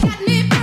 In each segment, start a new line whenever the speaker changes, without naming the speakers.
Got me burning.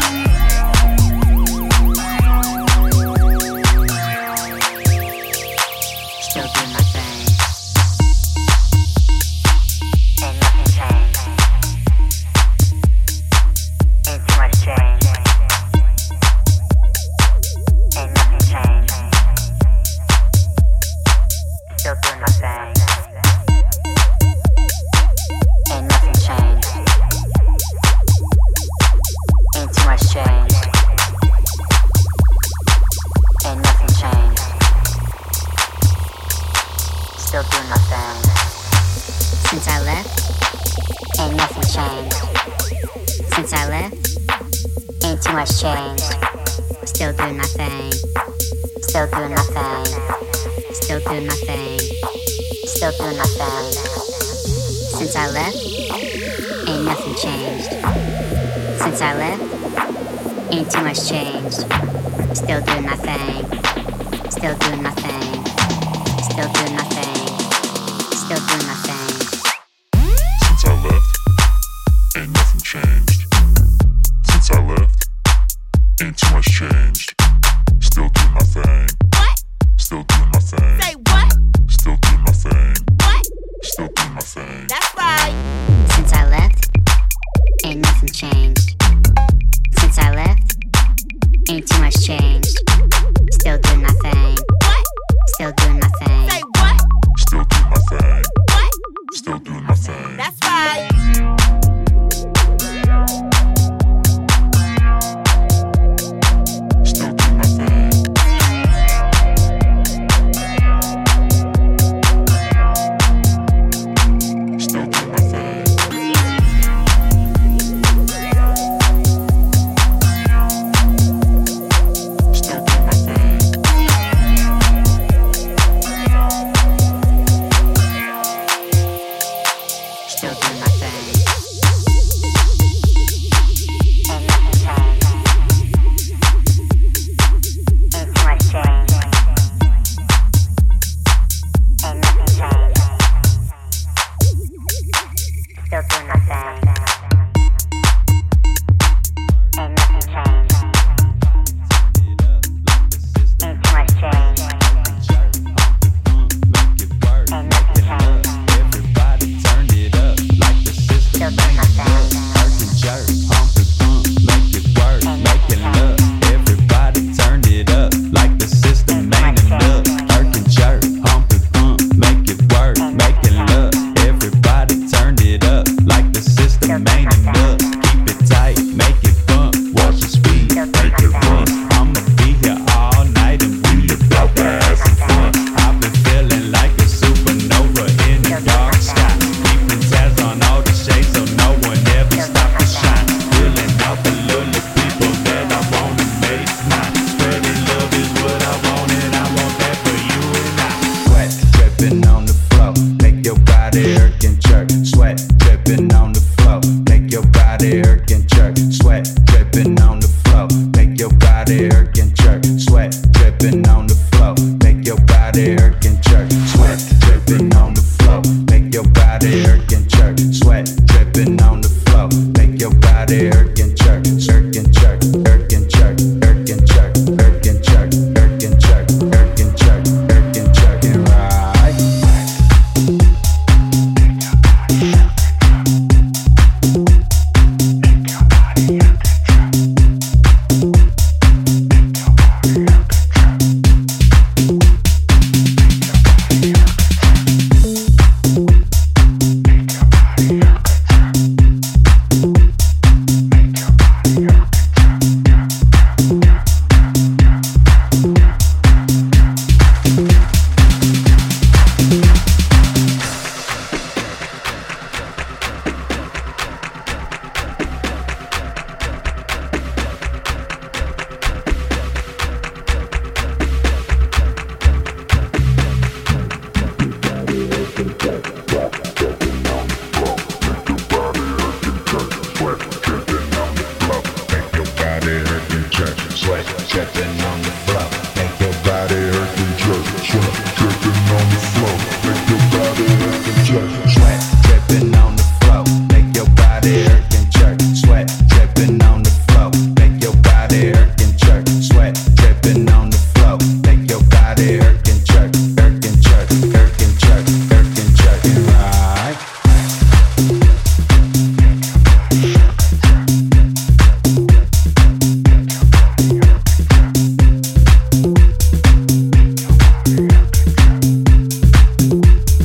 still do my thing.
life's changed. Still doing my thing. Still doing my thing. Still doing my thing. Still doing my thing. Since I left, ain't nothing changed. Since I left, ain't too much changed. Still doing my thing. Still doing my thing. Still doing my thing. Still doing my thing.
Since I left, ain't nothing changed. Since I left, ain't too much changed. Still doing my thing.
What?
Still doing my thing.
Say what?
Still doing my thing.
What?
Still doing my thing.
That's right.
Since I left, ain't nothing changed. Since I left, ain't too much changed. Still doing my thing.
What?
Still doing my
Say
thing.
what?
Still doing my thing.
What?
Still doing my thing.
That's right.
Still doing my thing. Still doing my thing. Still doing my thing.
Still doing my thing.
Ain't nothing changed. Ain't too much changed. Ain't nothing changed. Still doing my thing. Ain't nothing changed. Ain't too much changed. Ain't nothing changed. Still doing my thing. Still doing my thing.
I've been feeling like a supernova in the dark sky. Keeping tabs on all the shades so no one ever stops to shine. Filling out the lonely people that I wanna make mine. Spreading love is what I want and I want that for you and I. Sweat dripping on the floor, make your body irk and jerk. Sweat dripping on the floor, make your body irk and jerk. Sweat dripping on the floor, make your body irk and jerk. Sweat dripping on the floor, make your body irk and jerk. Sweat dripping on the floor, make your body irk and jerk. Sweat dripping on the floor, make your body irk and jerk. Jerk and jerk, irk and jerk, irk and jerk, irk and jerk, irk and jerk, irk and jerk, irk and jerk, and right. Sweat dripping on the floor, make your body irk and jerk. Sweat dripping on the floor, make your body irk and jerk. Sweat dripping on the floor, make your body irk and jerk, irk and jerk, irk and jerk, irk and jerk, and right.
Still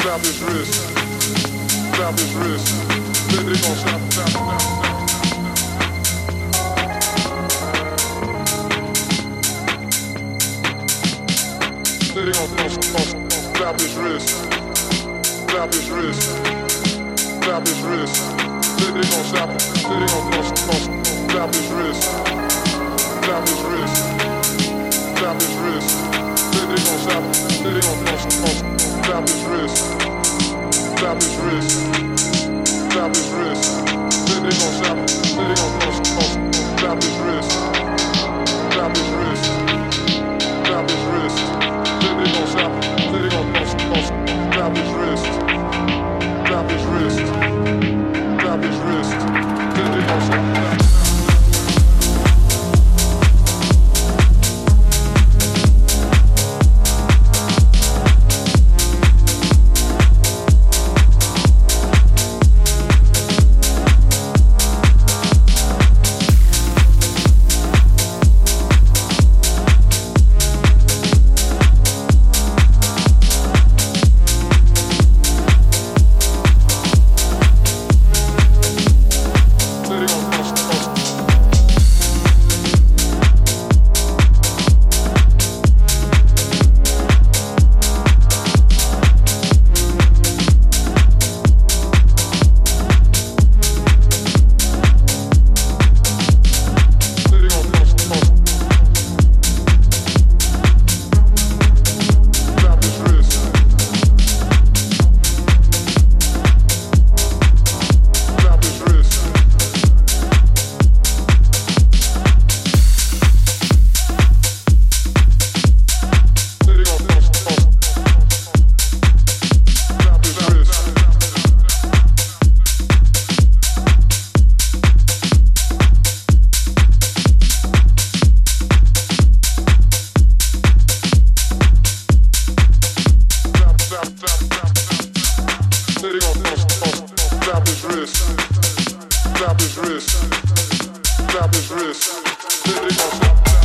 Snap his wrist. Snap his wrist. They, they gonna snap, snap, snap, snap. They gonna gonna- gonna snap his wrist. Snap his wrist. Snap his wrist. They, they gonna snap it. They gonna gonna- gonna snap his wrist. Snap his wrist. Snap his wrist. They, they gonna snap it. They they gonna gonna- gonna snap his wrist. Snap his wrist. Snap his wrist. They, they gonna snap it. They they gonna gonna- gonna snap his wrist. Snap his wrist grab his wrist. Then they gon' snap it. Then they gon' bust, bust. Grab his wrist. Grab his wrist. Grab his wrist. Then they gon' snap it. Then they gon' bust, bust. Then they gon' bust, bust. Grab his wrist. Grab his wrist. Sitting on Clap his wrist. Clap his wrist. Clap his wrist. Sitting on